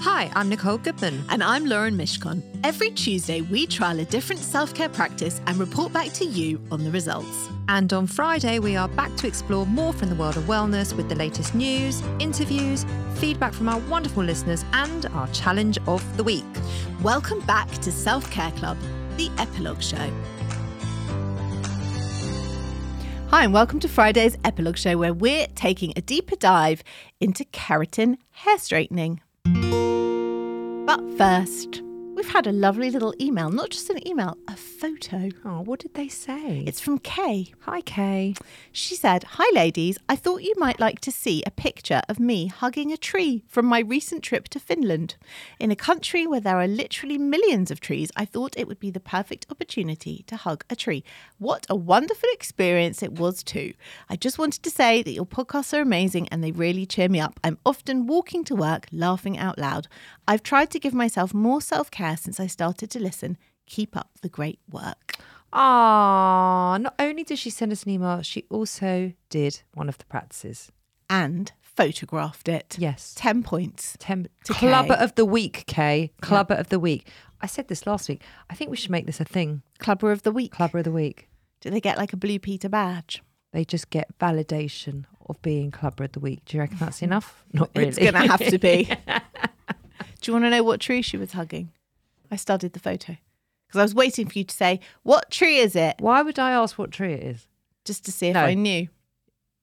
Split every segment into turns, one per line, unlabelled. Hi, I'm Nicole Goodman.
And I'm Lauren Mishkon. Every Tuesday, we trial a different self care practice and report back to you on the results.
And on Friday, we are back to explore more from the world of wellness with the latest news, interviews, feedback from our wonderful listeners, and our challenge of the week.
Welcome back to Self Care Club, the epilogue show. Hi, and welcome to Friday's epilogue show, where we're taking a deeper dive into keratin hair straightening. But first, we've had a lovely little email, not just an email, a photo.
Oh, what did they say?
It's from Kay.
Hi, Kay.
She said, Hi, ladies. I thought you might like to see a picture of me hugging a tree from my recent trip to Finland. In a country where there are literally millions of trees, I thought it would be the perfect opportunity to hug a tree. What a wonderful experience it was, too. I just wanted to say that your podcasts are amazing and they really cheer me up. I'm often walking to work laughing out loud. I've tried to give myself more self care since I started to listen. Keep up the great work.
Ah, not only did she send us an email, she also did one of the practices.
and photographed it.
Yes.
10 points.
Tem-
To
Clubber
Kay.
of the week, Kay. Clubber of the week. I said this last week. I think we should make this a thing.
Clubber of the week.
Clubber of the week.
Do they get like a Blue Peter badge?
They just get validation of being Clubber of the week. Do you reckon that's enough? Not really.
It's going to have to be. Do you want to know what tree she was hugging? I studied the photo because I was waiting for you to say, What tree is it?
Why would I ask what tree it is?
Just to see if
No.
I knew.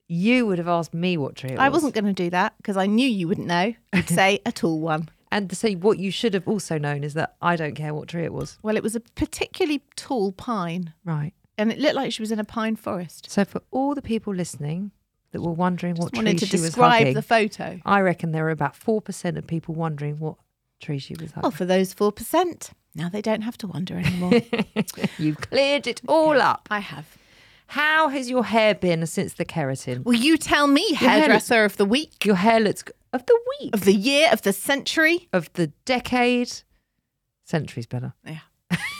You would have asked me what tree it was.
I wasn't going to do that because I knew you wouldn't know. You'd say a tall one.
And so, what you should have also known is that I don't care what tree it was.
Well, it was a particularly tall pine
Right.
and it looked like she was in a pine forest.
So, for all the people listening that were wondering
Just
what tree
wanted to
she was
describe
hugging,
the photo.
I reckon there were about four percent of people wondering what tree she was
Well,
hugging.
Oh, for those 4%, now they don't have to wonder anymore.
You've cleared it all up.
I have.
How has your hair been since the keratin?
Will you tell me,
hair
hairdresser of the week,
Your hair looks g- of the week
of the year, of the century?
of the decade, centuries better.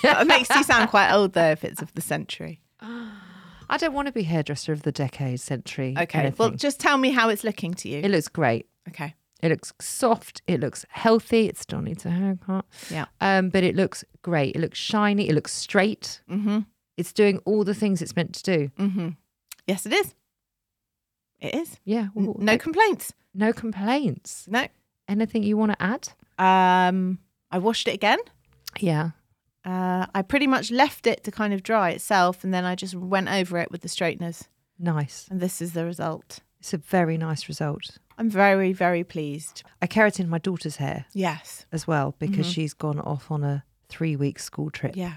Yeah. it makes you sound quite old, though, if it's of the century.
I don't want to be hairdresser of the decade, century.
Okay. Well,
Well,
just tell me how it's looking to you.
it looks great.
okay.
It looks soft. It looks healthy. It still needs a haircut.
Yeah.
Um, but it looks great. It looks shiny. It looks straight.
Mm-hmm.
It's doing all the things it's meant to do.
Mm-hmm. Yes, it is. It is.
Yeah.
N-
Ooh,
no
like,
complaints.
no complaints.
No.
Anything you want to add?
Um, I washed it again.
Yeah.
Uh, I pretty much left it to kind of dry itself, and then I just went over it with the straighteners,
Nice.
and this is the result.
It's a very nice result.
I'm very, very pleased.
I keratin my daughter's hair
Yes.
as well because
Mm-hmm.
she's gone off on a three week school trip.
Yeah.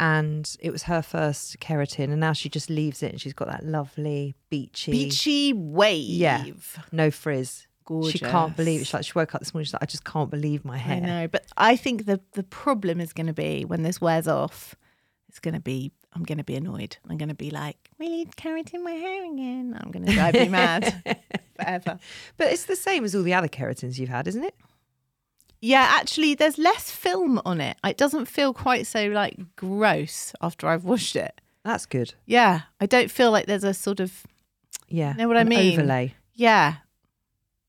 And it was her first keratin. And now she just leaves it and she's got that lovely beachy.
Beachy wave.
Yeah. No frizz. She can't believe it.
Gorgeous.
She's like, she woke up this morning. She's like, I just can't believe my hair.
I know, but I think the the problem is going to be when this wears off. It's going to be I'm going to be annoyed. I'm going to be like, really keratin my hair again. I'm going to drive you mad forever.
But it's the same as all the other keratins you've had, isn't it?
Yeah, actually, there's less film on it. It doesn't feel quite so like gross after I've washed it.
That's good.
Yeah, I don't feel like there's a sort of
Yeah.
Know what I
an
mean?
Overlay.
yeah.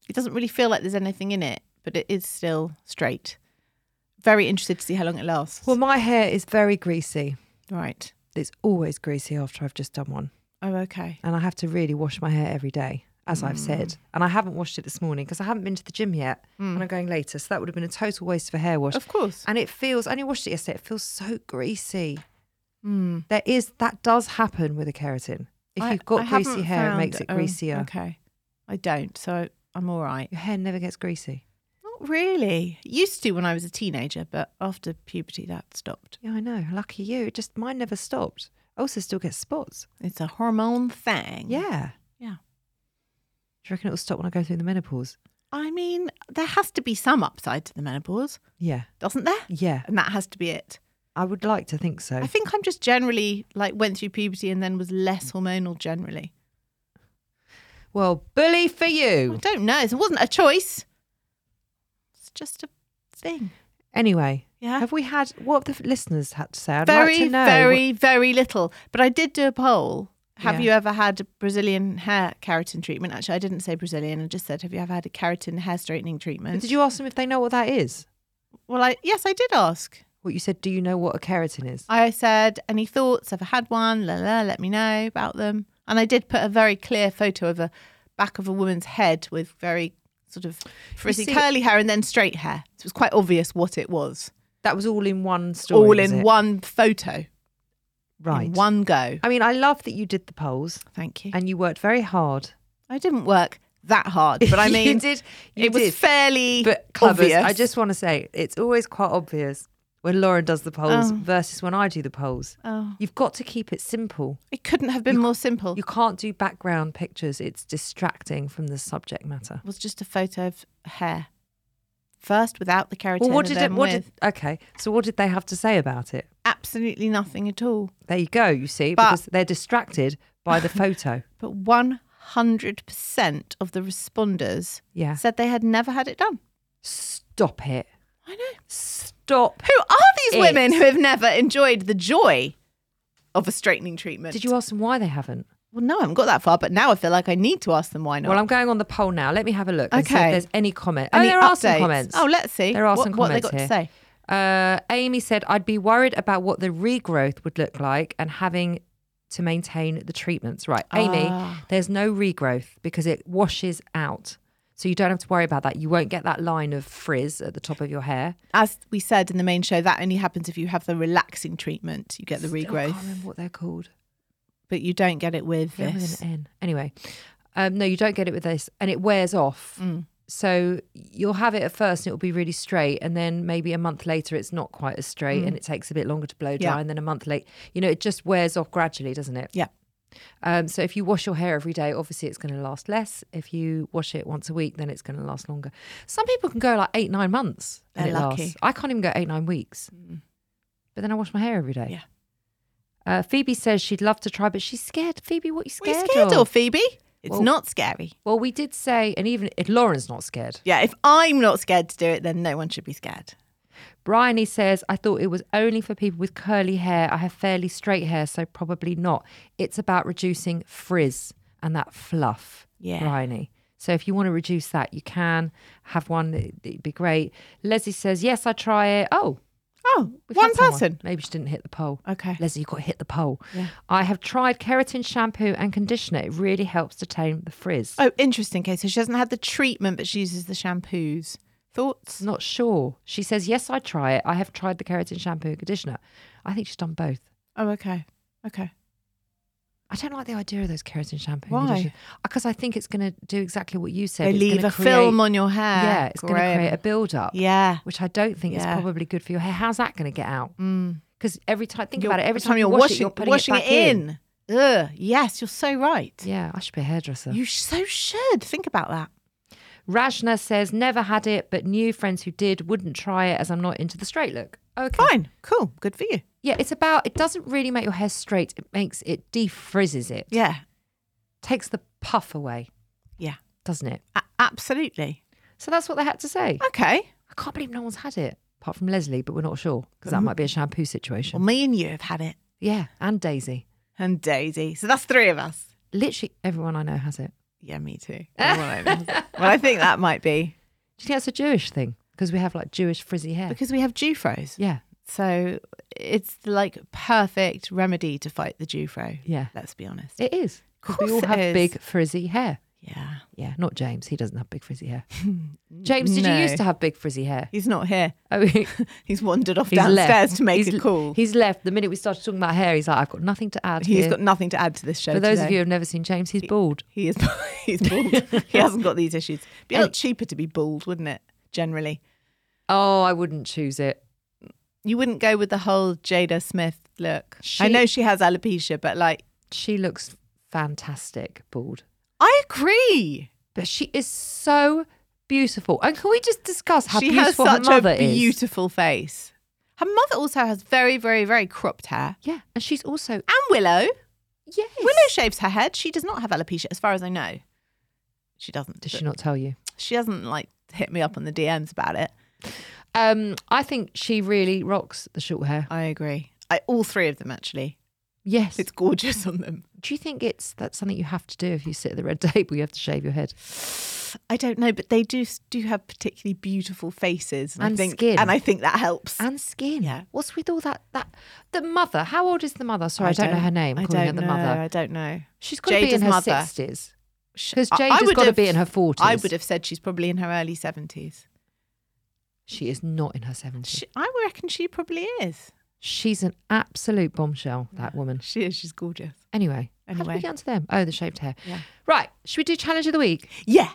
It doesn't really feel like there's anything in it, but it is still straight. Very interested to see how long it lasts.
Well, my hair is very greasy.
right.
It's always greasy after I've just done one.
Oh, okay.
And I have to really wash my hair every day. as I've
Mm.
said. And I haven't washed it this morning because I haven't been to the gym yet and
Mm.
I'm going later. So that would have been a total waste of a hair wash.
Of course.
And it feels, I only washed it yesterday, it feels so greasy.
Hmm.
There is, that does happen with a keratin. If
I-
you've
I
got greasy
haven't
hair, it
found-
makes it
oh,
greasier.
okay. I don't, so I'm all right.
Your hair never gets greasy.
Not really. Used to when I was a teenager, but after puberty that stopped.
Yeah, I know. Lucky you. It just mine never stopped. I also still get spots.
It's a hormone thing.
Yeah.
Yeah.
Do you reckon it'll stop when I go through the menopause?
I mean, there has to be some upside to the menopause,
Yeah.
doesn't there?
Yeah.
And that has to be it.
I would like to think so.
I think I'm just generally like went through puberty and then was less hormonal generally.
well, bully for
I
you.
don't know. It wasn't a choice. It's just a thing.
Anyway,
Yeah.
have we had what have the listeners had to say? I'd like
very,
to know.
very, very little. But I did do a poll. Have
Yeah.
you ever had Brazilian hair keratin treatment? Actually, I didn't say Brazilian. I just said, have you ever had a keratin hair straightening treatment?
Did you ask them if they know what that is?
Well, I yes, I did ask.
What you said, do you know what a keratin is?
I said, any thoughts? Ever had one? La la. Let me know about them. And I did put a very clear photo of a back of a woman's head with very sort of frizzy
see-
curly hair and then straight hair. So it was quite obvious what it was.
That was all in one story.
All
was
in
it?
one photo,
Right.
in one go.
I mean, I love that you did the polls
Thank you.
and you worked very hard.
I didn't work that hard, but I
You
mean,
did- you did.
it was fairly
But covers,
obvious.
I just want to say it's always quite obvious when Lauren does the polls
Oh.
versus when I do the polls.
Oh.
You've got to keep it simple.
it couldn't have been more simple.
You can't do background pictures. It's distracting from the subject matter.
It was just a photo of hair. First, without the keratin.
Well, what
and
did
then
it, what
with.
did okay? So what did they have to say about it?
Absolutely nothing at all.
There you go. You see,
But-
because they're distracted by the photo.
But one hundred percent of the responders
Yeah.
said they had never had it done.
Stop it.
I know.
Stop.
Who are these
It-
women who have never enjoyed the joy of a straightening treatment?
Did you ask them why they haven't?
Well, no, I haven't got that far, but now I feel like I need to ask them why not.
Well, I'm going on the poll now. Let me have a look. And see
Okay.
if there's any comment.
Any
oh, there are some
updates?
comments.
Oh, let's see.
There are
What-
some
what they
comments
got to
here. Uh,
say?
Amy said, "I'd be worried about what the regrowth would look like and having to maintain the treatments." Right, Amy.
Ah.
There's no regrowth because it washes out, so you don't have to worry about that. You won't get that line of frizz at the top of your hair.
as we said in the main show, that only happens if you have the relaxing treatment. You get the
Still
regrowth,
can't remember what they're called.
but you don't get it with
Begin with
this.
an N. Anyway, um, no, you don't get it with this, and it wears off. So you'll have it at first, and it'll be really straight, and then maybe a month later, it's not quite as straight, and it takes a bit longer to blow dry,
Yeah.
and then a month late, you know, it just wears off gradually, doesn't it?
Yeah.
Um, so if you wash your hair every day, obviously it's going to last less. If you wash it once a week, then it's going to last longer. Some people can go like eight, nine months and
They're
it
lucky. Mm.
lasts. I can't even go eight, nine weeks. But then I wash my hair every day.
Yeah.
Uh, Phoebe says she'd love to try, but she's scared. Phoebe, what are you
What are
scared,
you scared
of?
of, Phoebe? It's
Well-
not scary.
Well, we did say, and even if Lauren's not scared,
Yeah, if I'm not scared to do it, then no one should be scared.
Bryony says, I thought it was only for people with curly hair. I have fairly straight hair, so probably not. It's about reducing frizz and that fluff,
Yeah.
Bryony. So if you want to reduce that, you can have one. It- It'd be great. Leslie says, Yes, I try it. Oh,
Oh,
we've
one
had someone.
person.
Maybe she didn't hit the poll.
Okay.
Leslie, you've got to hit the poll.
Yeah.
I have tried keratin shampoo and conditioner. It really helps to tame the frizz.
Oh, interesting. Okay, so she hasn't had the treatment, but she uses the shampoos. Thoughts?
Not sure. She says, Yes, I try it. I have tried the keratin shampoo and conditioner. I think she's done both.
Oh, okay. Okay.
I don't like the idea of those keratin shampoo.
Why?
Because uh, I think it's going to do exactly what you said.
they
It's
leave
gonna
a
create-
film on your hair.
Yeah, it's going to
Graham.
create a build up,
Yeah.
which I don't think
Yeah.
is probably good for your hair. How's that going to get out?
Mm.
Because every time, think
You're-
about it, every time, you wash it, you're putting
washing
it, back in.
in. Ugh, yes, you're so right.
Yeah, I should be a hairdresser.
You sh- so should think about that.
Rajna says, Never had it, but knew friends who did wouldn't try it as I'm not into the straight look. Okay.
Fine, cool, good for you.
Yeah, it's about, it doesn't really make your hair straight. It makes it defrizzes it.
Yeah,
takes the puff away,
yeah,
doesn't it?
a- absolutely.
So that's what they had to say.
Okay.
I can't believe no one's had it apart from Leslie, but we're not sure because that might
Mm.
be a shampoo
Well,
situation.
me and you have had it,
yeah, and Daisy.
and Daisy. So that's three of us.
Literally everyone I know has it.
Yeah, me too. Everyone I know has it. well, I think that might
Do
be
you think that's a Jewish thing? Because we have like Jewish frizzy hair.
because we have Jufros.
yeah,
So it's the, like perfect remedy to fight the Jufro.
Yeah.
Let's be honest.
it is. 'Cause we
Course
all
it
have
is.
big frizzy hair.
Yeah.
Yeah, not James. He doesn't have big frizzy hair. James, did
No.
you used to have big frizzy hair?
He's not here.
Oh, he-
He's wandered off
he's
downstairs
left.
to make
he's,
a call.
He's left. The minute we started talking about hair, he's like, I've got nothing to add.
He's
here.
got nothing to add to this show.
For those of
today.
you who've never seen James, he's bald.
He is he's bald. he hasn't got these issues. Be a lot cheaper to be bald, wouldn't it? Generally,
Oh, I wouldn't choose it.
you wouldn't go with the whole Jada Smith look. I
She-
know she has alopecia, but like,
She looks fantastic bald.
I agree.
But she is so beautiful. And can we just discuss how
she has
beautiful
such
her mother
a
is?
beautiful face. Her mother also has very, very, very cropped hair.
Yeah, and she's also
And Willow,
yes.
Willow shaves her head. She does not have alopecia, as far as I know. She doesn't.
Does
but
she not tell you?
She doesn't like hit me up on the DMs about it.
Um, I think she really rocks the short hair.
I agree. I, all three of them actually.
Yes.
It's gorgeous on them.
do you think it's that's something you have to do if you sit at the red table? You have to shave your head.
I don't know, but they do do have particularly beautiful faces I
And
think,
skin.
and I think that helps.
and skin.
Yeah.
What's with all that? That the mother. How old is the mother? Sorry, I, don't, know her name.
I
calling
don't
her the
know, I
mother.
don't know.
She's got to be
Jada's
in her
mother.
sixties. Because
I- I
Jada's
would
got to
have-
be in her
I
forties.
would have said she's probably in her early seventies.
She is not in her seventies.
I reckon she probably is.
She's an absolute bombshell. That woman.
She is. She's gorgeous.
Anyway. How did we
Anyway.
get onto them? Oh, the shaved hair.
Yeah.
Right. Should we do challenge of the week?
Yeah.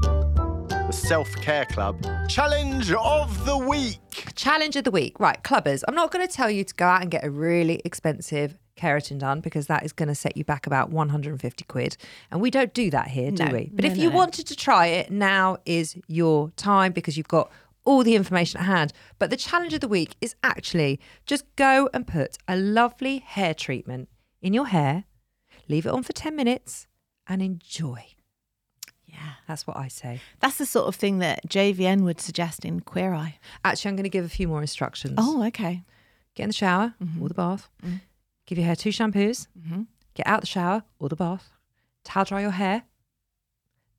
The Self Care Club Challenge of the Week.
Challenge of the week. Right, clubbers. I'm not going to tell you to go out and get a really expensive keratin done because that is going to set you back about 150 quid. And we don't do that here, do
No,
we? But
no,
if
no,
you
no.
wanted to try it, now is your time because you've got all the information at hand. But the challenge of the week is actually just go and put a lovely hair treatment in your hair, leave it on for 10 minutes, and enjoy.
Yeah.
That's what I say.
That's the sort of thing that JVN would suggest in Queer Eye.
Actually, I'm going to give a few more instructions.
Oh, Mm-hmm. okay.
get in the shower or the bath, give your hair two shampoos, get out the shower or the bath, towel dry your hair,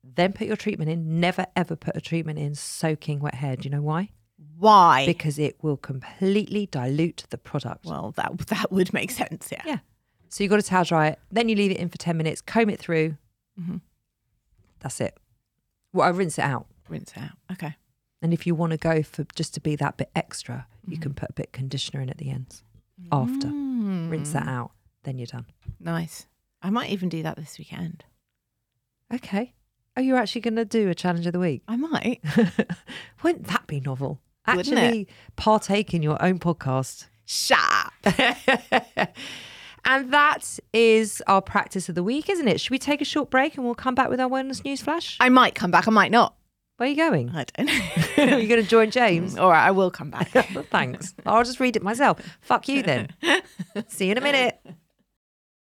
then put your treatment in. Never ever put a treatment in soaking wet hair. Do you know why?
Why?
Because it will completely dilute the product.
well, that that would make sense. Yeah.
yeah. So you've got to towel dry it, then you leave it in for 10 minutes, comb it through.
Mm-hmm.
That's it. Well, I rinse it out.
Rinse it out. Okay.
And if you want to go for just to be that bit extra,
Mm-hmm.
you can put a bit conditioner in at the ends after.
Mm.
Rinse that out, then you're done.
Nice. I might even do that this weekend.
Okay. Are you actually going to do a challenge of the week?
I might.
Wouldn't that be novel?
Wouldn't it?
Actually, partake in your own podcast.
Shut up.
and that is our practice of the week, isn't it? Should we take a short break and we'll come back with our wellness news flash?
I might come back. I might not.
Where are you going?
I don't
Are
know.
you going to join James?
All right, I will come back.
Thanks. I'll just read it myself. Fuck you then. See you in a minute.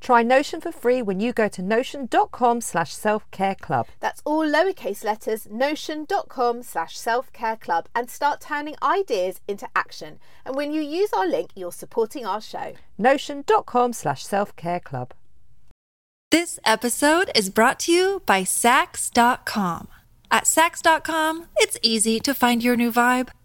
Try Notion for free when you go to notion.com slash self care club.
That's all lowercase letters, notion.com slash self care club, and start turning ideas into action. And when you use our link, you're supporting our show.
Notion.com slash self care club.
This episode is brought to you by Sax.com. At Sax.com, it's easy to find your new vibe.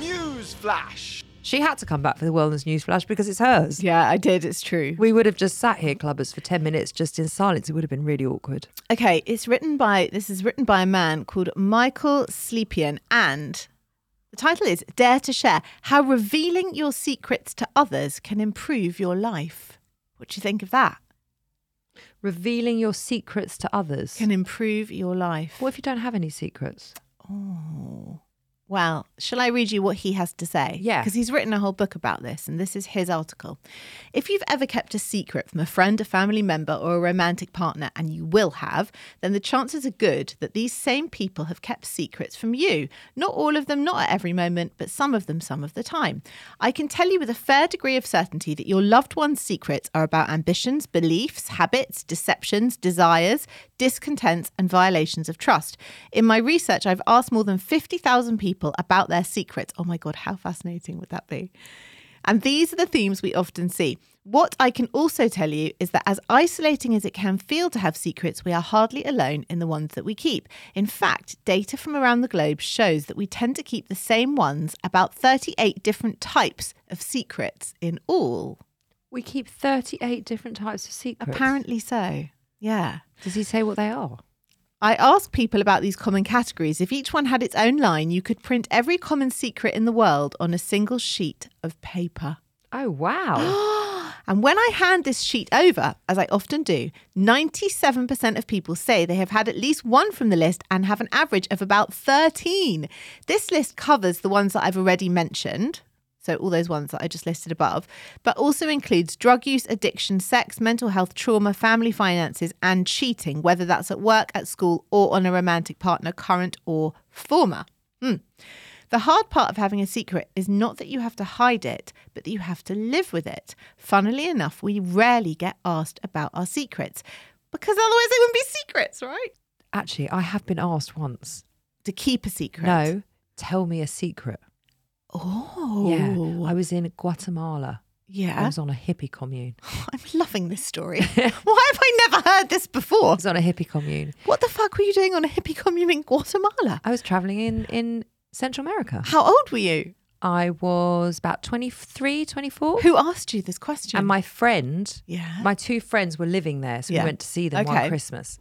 News Flash.
She had to come back for the wellness news flash because it's hers.
Yeah, I did. It's true.
We would have just sat here, clubbers, for 10 minutes just in silence. It would have been really awkward.
Okay, it's written by this is written by a man called Michael Sleepian and the title is Dare to Share: How Revealing Your Secrets to Others Can Improve Your Life. What do you think of that?
Revealing your secrets to others.
Can improve your life.
what if you don't have any secrets?
Oh. Well, shall I read you what he has to say?
Yeah.
Because he's written a whole book about this, and this is his article. If you've ever kept a secret from a friend, a family member, or a romantic partner, and you will have, then the chances are good that these same people have kept secrets from you. Not all of them, not at every moment, but some of them some of the time. I can tell you with a fair degree of certainty that your loved one's secrets are about ambitions, beliefs, habits, deceptions, desires, discontents, and violations of trust. In my research, I've asked more than 50,000 people about their secrets. Oh my God, how fascinating would that be? And these are the themes we often see. What I can also tell you is that, as isolating as it can feel to have secrets, we are hardly alone in the ones that we keep. In fact, data from around the globe shows that we tend to keep the same ones, about 38 different types of secrets in all.
We keep 38 different types of secrets.
Apparently so. Yeah.
Does he say what they are?
I asked people about these common categories. If each one had its own line, you could print every common secret in the world on a single sheet of paper.
Oh, wow.
And when I hand this sheet over, as I often do, 97% of people say they have had at least one from the list and have an average of about 13. This list covers the ones that I've already mentioned. So, all those ones that I just listed above, but also includes drug use, addiction, sex, mental health, trauma, family finances, and cheating, whether that's at work, at school, or on a romantic partner, current or former. Hmm. The hard part of having a secret is not that you have to hide it, but that you have to live with it. Funnily enough, we rarely get asked about our secrets because otherwise they wouldn't be secrets, right?
Actually, I have been asked once.
To keep a secret.
No, tell me a secret.
Oh.
Yeah. I was in Guatemala. I
Yeah.
was on a hippie commune.
I'm loving this story. Why have I never heard this before?
I was on a hippie commune.
What the fuck were you doing on a hippie commune in Guatemala?
I was traveling in, in Central America.
How old were you?
I was about 23, 24.
Who asked you this question?
And my friend,
Yeah.
my two friends were living there, so
Yeah.
we went to see them
Okay.
one Christmas.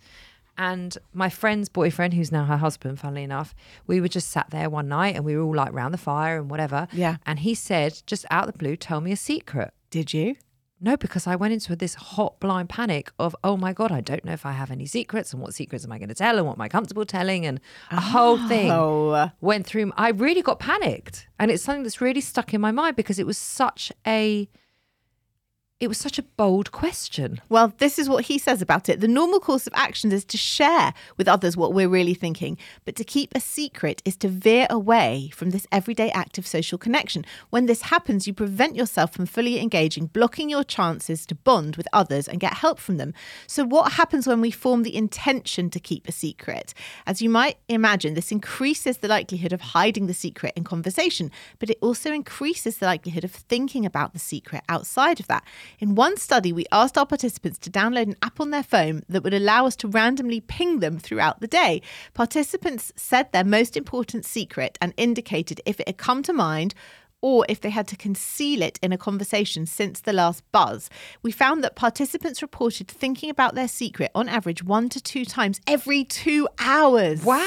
And my friend's boyfriend, who's now her husband, funnily enough, we were just sat there one night and we were all like round the fire and whatever.
Yeah.
And he said, just out of the blue, tell me a secret.
Did you?
No, because I went into this hot blind panic of, oh my God, I don't know if I have any secrets and what secrets am I going to tell and what am I comfortable telling and a whole thing
Oh.
went through. I really got panicked. And it's something that's really stuck in my mind because it was such a, it was such a bold question.
Well, this is what he says about it. The normal course of action is to share with others what we're really thinking, but to keep a secret is to veer away from this everyday act of social connection. When this happens, you prevent yourself from fully engaging, blocking your chances to bond with others and get help from them. So, what happens when we form the intention to keep a secret? As you might imagine, this increases the likelihood of hiding the secret in conversation, but it also increases the likelihood of thinking about the secret outside of that. In one study, we asked our participants to download an app on their phone that would allow us to randomly ping them throughout the day. Participants said their most important secret and indicated if it had come to mind or if they had to conceal it in a conversation since the last buzz. We found that participants reported thinking about their secret on average one to two times every two hours.
Wow.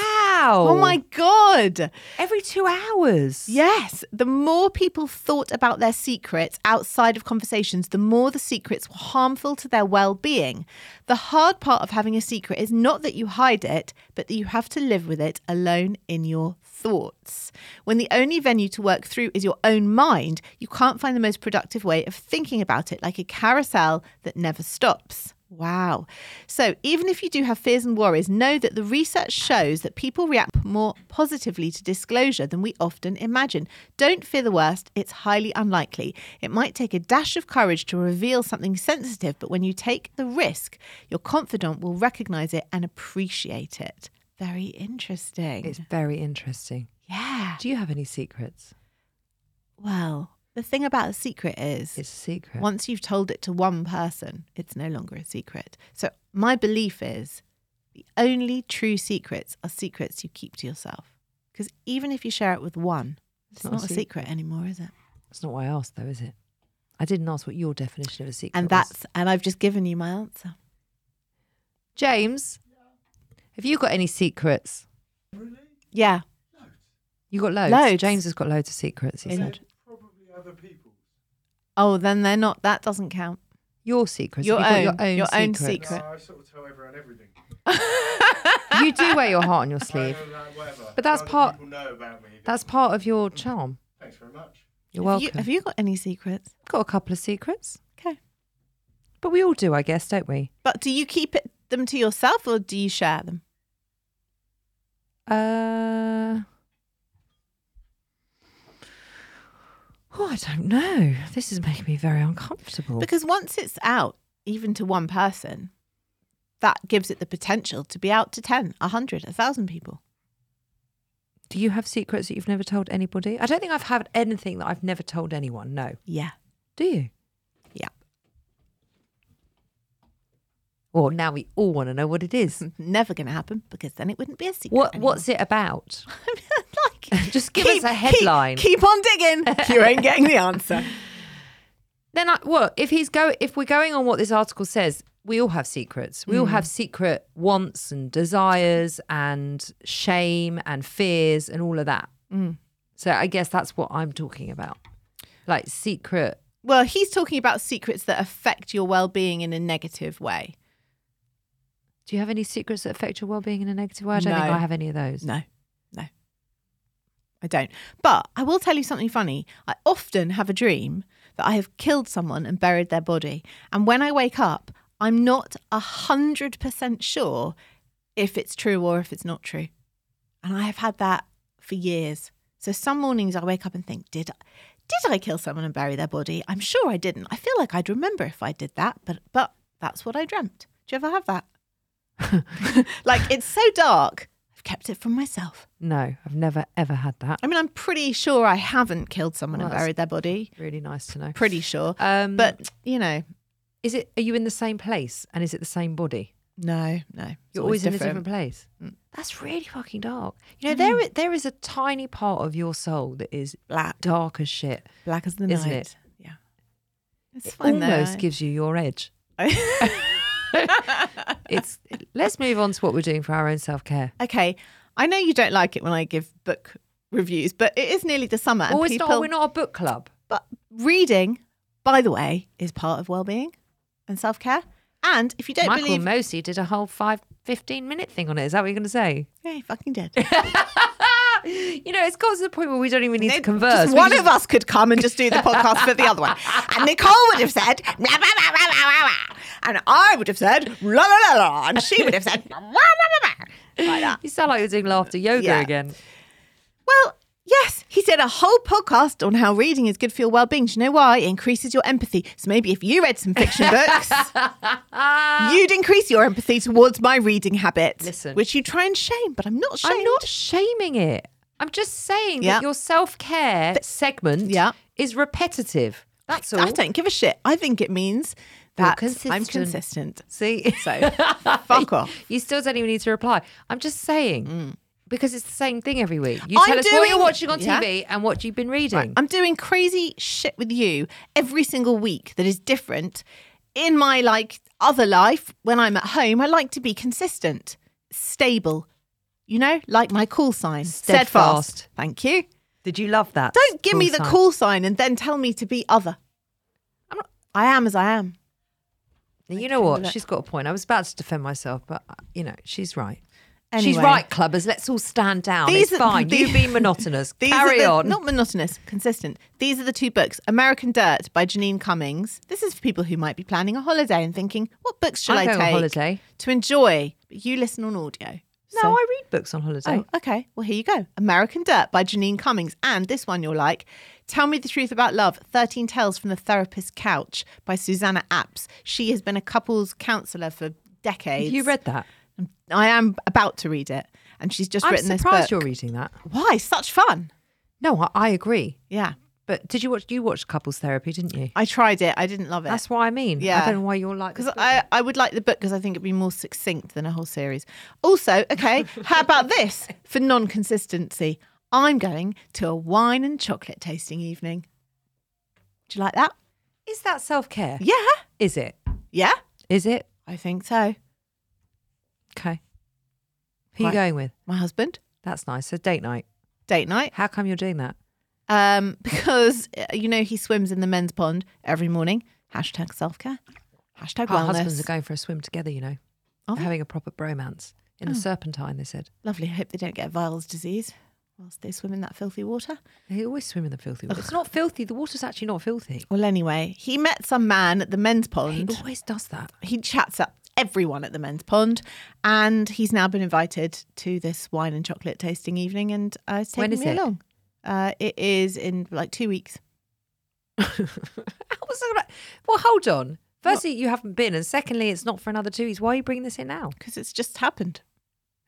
Oh my God.
Every two hours.
Yes. The more people thought about their secrets outside of conversations, the more the secrets were harmful to their well being. The hard part of having a secret is not that you hide it, but that you have to live with it alone in your thoughts. When the only venue to work through is your own mind, you can't find the most productive way of thinking about it, like a carousel that never stops. Wow. So, even if you do have fears and worries, know that the research shows that people react more positively to disclosure than we often imagine. Don't fear the worst, it's highly unlikely. It might take a dash of courage to reveal something sensitive, but when you take the risk, your confidant will recognize it and appreciate it. Very interesting.
It's very interesting.
yeah.
Do you have any secrets?
Well, the thing about a secret is.
It's a secret.
Once you've told it to one person, it's no longer a secret. So, my belief is the only true secrets are secrets you keep to yourself. Because even if you share it with one, it's,
not
not,
a
a
se-
secret anymore, is it?
That's not what I asked, though, is it? I didn't ask what your definition of a secret was.
And that's and I've just given you my answer.
James, have you got any secrets?
Yeah.
You got loads.
Loads.
James has got loads of secrets. He
In-
said
Oh, then they're not. That doesn't count.
your secrets.
Your
Have you
own,
got your own,
your own
secrets?
secret.
you do wear your heart on your sleeve, but that's part. That's part of your charm. Thanks very much. You're
Have
welcome.
you, have you got any secrets?
got a couple of secrets,
Okay.
but we all do, I guess, don't we?
But do you keep it, them to yourself or do you share them?
Uh, oh, I don't know. This is making me very uncomfortable.
Because once it's out, even to one person, that gives it the potential to be out to 10, 100, 1,000 people.
do you have secrets that you've never told anybody? I don't think I've had anything that I've never told anyone. No,
Yeah.
do you?
Yeah.
Well, now we all want to know what it is.
Never going to happen because then it wouldn't be a secret.
What
anymore.
What's it about?
like?
Just give us a headline.
Keep, on digging. you ain't getting the answer.
Then I, well, if he's go if we're going on what this article says, we all have secrets.
Hmm.
We all have secret wants and desires and shame and fears and all of that.
Mm.
So I guess that's what I'm talking about. Like secret.
Well, he's talking about secrets that affect your well-being in a negative way.
Do you have any secrets that affect your well-being in a negative way? I don't
No.
think I have any of those.
No, no, I don't. But I will tell you something funny. I often have a dream that I have killed someone and buried their body. And when I wake up, I'm not 100% sure if it's true or if it's not true. And I have had that for years. So some mornings I wake up and think, did I? Did I kill someone and bury their body? I'm sure I didn't. I feel like I'd remember if I did that, but but that's what I dreamt. Do you ever have that? like it's so dark. I've kept it from myself.
No, I've never ever had that.
I mean, I'm pretty sure I haven't killed someone
Well,
and
that's-
buried their body.
Really nice to know.
Pretty sure.
Um,
but you know,
Is it? Are you in the same place? And is it the same body?
no, no. it's Mm.
You're always, in a different place. That's really fucking dark. You know, there i- there is a tiny part of your soul that is
Black,
dark as shit.
black as the
Isn't
night.
it?
Yeah, it's
It
fine though.
almost gives you your edge. It's let's move on to what we're doing for our own self care.
okay, I know you don't like it when I give book reviews, but it is nearly the summer, and
Oh, it's
people.
not. We're not a book club.
But reading, by the way, is part of well-being and self-care. And if you don't
Michael
believe,
Mosey did a whole five, 15 minute thing on it. Is that what you're going to say?
yeah, he fucking did.
You know, it's got to the point where we don't even need to
Just
converse. We
one
just-
of us could come and just do the podcast for the other one. And Nicole would have said, blah, blah, blah, blah, blah, blah, blah. and I would have said, la, la, la, la, and she would have said, blah, blah, blah, blah, like that.
You sound like you're doing laughter yoga
Yeah.
again.
Well, yes, he did a whole podcast on how reading is good for your well-being. Do you know why? It increases your empathy. So maybe if you read some fiction books, you'd increase your empathy towards my reading habit,
Listen.
which you try and shame, but I'm not shamed.
I'm not shaming it. I'm just saying
Yeah.
that your self care segment
Yeah.
is repetitive. That's all.
I don't give a shit. I think it means
You're
that I'm
consistent.
consistent.
See,
So fuck off.
you still don't even need to reply. I'm just saying because it's the same thing every week. You
Mm. I'm
tell us what you're
doing-
watching on
Yeah.
TV and what you've been reading.
I'm doing crazy shit with you every single week that is different. In my like other life, when I'm at home, I like to be consistent, stable. You know, like my call sign,
Steadfast.
Thank you.
Did you love that?
Don't give me the
sign?
call sign and then tell me to be other. I'm not, I am as I am.
Now, You know what? She's got a point. I was about to defend myself, but uh, you know she's right. She's
Anyway.
right, clubbers. Let's all stand down.
These
it's
are-
fine.
these-
You've been monotonous.
These
Carry
are the,
on.
Not monotonous, consistent. These are the two books American Dirt by Janine Cummings. This is for people who might be planning a holiday and thinking, what books should
I'm
I
going on
take
holiday.
to enjoy? But you listen on audio.
no,
So-
I read books on holiday.
Oh, okay. Well, here you go American Dirt by Janine Cummings. And this one you'll like Tell Me the Truth About Love 13 Tales from the Therapist's Couch by Susanna Apps. She has been a couples counselor for decades.
Have you read that?
I am about to read it. And she's just
I'm
written this
surprised
book.
you're reading that.
Why? Such fun.
No, I, I agree.
Yeah.
But did you watch? You watched couples therapy, didn't you?
I tried it. I didn't love it.
That's what I mean.
Yeah.
I don't know why you're like.
Because I, I would like the book because I think it'd be more succinct than a whole series. Also, okay, how about this for non consistency? I'm going to a wine and chocolate tasting evening. Do you like that?
is that self care?
Yeah.
Is it?
Yeah.
Is it?
I think so.
Okay. Who are
Right.
you going with?
My husband,
That's nice. So date night.
date night.
How come you're doing that?
Um, because, uh, you know, he swims in the men's pond every morning. Hashtag self care. Hashtag
Our husbands are
wellness.
going for a swim together. You know,
Are
They're
they? Oh.
having a proper bromance in the Serpentine. They said
Lovely. I hope they don't get Viles disease whilst they swim in that filthy water.
they always swim in the filthy water. It's not filthy. The water's actually not filthy.
Well, anyway, he met some man at the men's
He
pond.
always does that.
he chats up everyone at the men's pond and he's now been invited to this wine and chocolate tasting evening and uh, it's
When
taking
is
me
it?
along uh, it is in like two weeks
How was that? right? Well, hold on. Firstly, you haven't been, and secondly, it's not for another two weeks. Why are you bringing this in now?
because it's just happened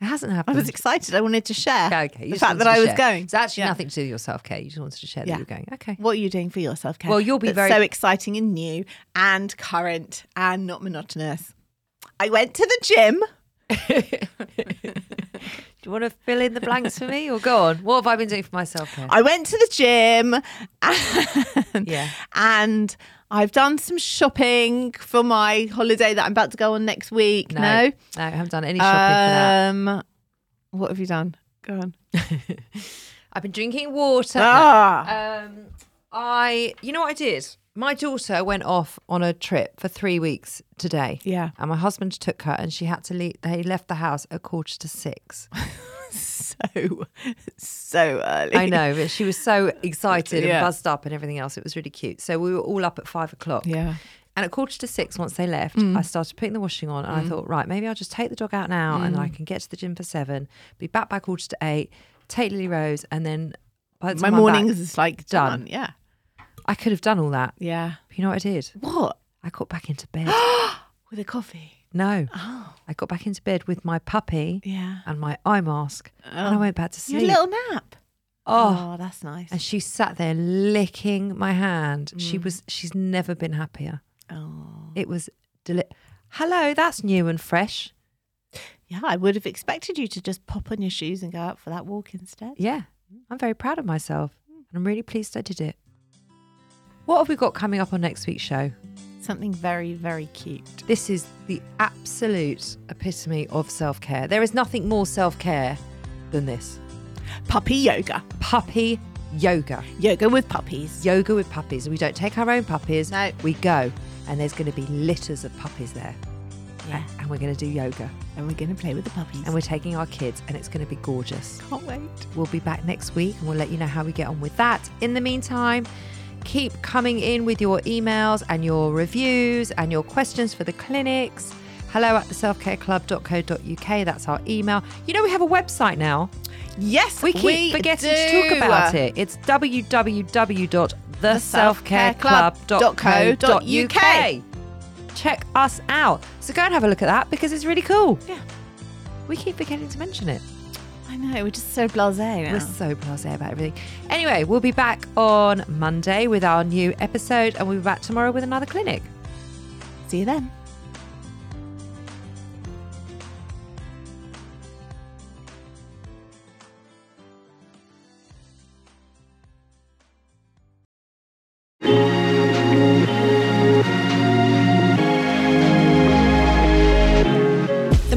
It hasn't
i
happened.
was excited i wanted to share
Okay, okay. You
the
just
fact
wanted
that i
to
was
share.
going
It's actually
Yeah.
nothing to do with your self care. You just wanted to share that
Yeah.
you were going. Okay.
what are you doing for yourself Kat?
Well, you'll be
that's
very-
so exciting and new and current and not monotonous i went to the gym
Do you want to fill in the blanks for me, or go on? What have I been doing for my self care?
I went to the gym and,
Yeah.
and I've done some shopping for my holiday that I'm about to go on next week. No.
no, I haven't done any shopping for that.
Um, What have you done? Go on.
I've been drinking water.
Ah.
Um, I, you know what I did? My daughter went off on a trip for three weeks today.
Yeah.
And my husband took her, and she had to leave. They left the house at quarter to six.
So, so early.
I know, but she was so excited
Yeah.
and buzzed up and everything else. It was really cute. So we were all up at five o'clock.
Yeah. Mm.
And at quarter to six, once they left, I started putting the washing on, and I thought, right, maybe I'll just take the dog out now, and
Mm.
I can get to the gym for seven, be back by quarter to eight, take Lily Rose, and then by the
My
time I'm back-
mornings is like
Done.
done. Yeah.
I could have done all that,
Yeah.
but you know what I did?
What?
I got back into bed.
With a coffee.
no,
Oh.
I got back into bed with my puppy
Yeah.
and my eye mask, and I went back to
Your
sleep.
little nap.
oh,
that's nice.
and she sat there licking my hand. She was. She's never been happier.
Mm. oh.
It was. Deli- Hello, that's new and fresh.
Yeah, I would have expected you to just pop on your shoes and go out for that walk instead.
Yeah, I'm very proud of myself, and I'm really pleased I did it. What have we got coming up on next week's show?
Something very, very cute.
This is the absolute epitome of self care. There is nothing more self care than this
Puppy yoga.
puppy yoga.
Yoga with puppies.
Yoga with puppies. We don't take our own puppies.
No.
We go, and there's going to be litters of puppies there. A- And we're going to do yoga.
And we're going to play with the puppies.
And we're taking our kids, and it's going to be gorgeous.
can't wait.
We'll be back next week and we'll let you know how we get on with that. In the meantime, keep coming in with your emails and your reviews and your questions for the clinics. Hello at the selfcareclub.co.uk. That's our email. You know, we have a website now.
Yes,
We keep forgetting to talk about it. It's www.theselfcareclub.co.uk. Check us out. So go and have a look at that because it's really cool.
Yeah.
We keep forgetting to mention it.
I know, we're just so blasé now.
We're so blasé about everything. Anyway, we'll be back on Monday with our new episode, and we'll be back tomorrow with another clinic.
See you then.
The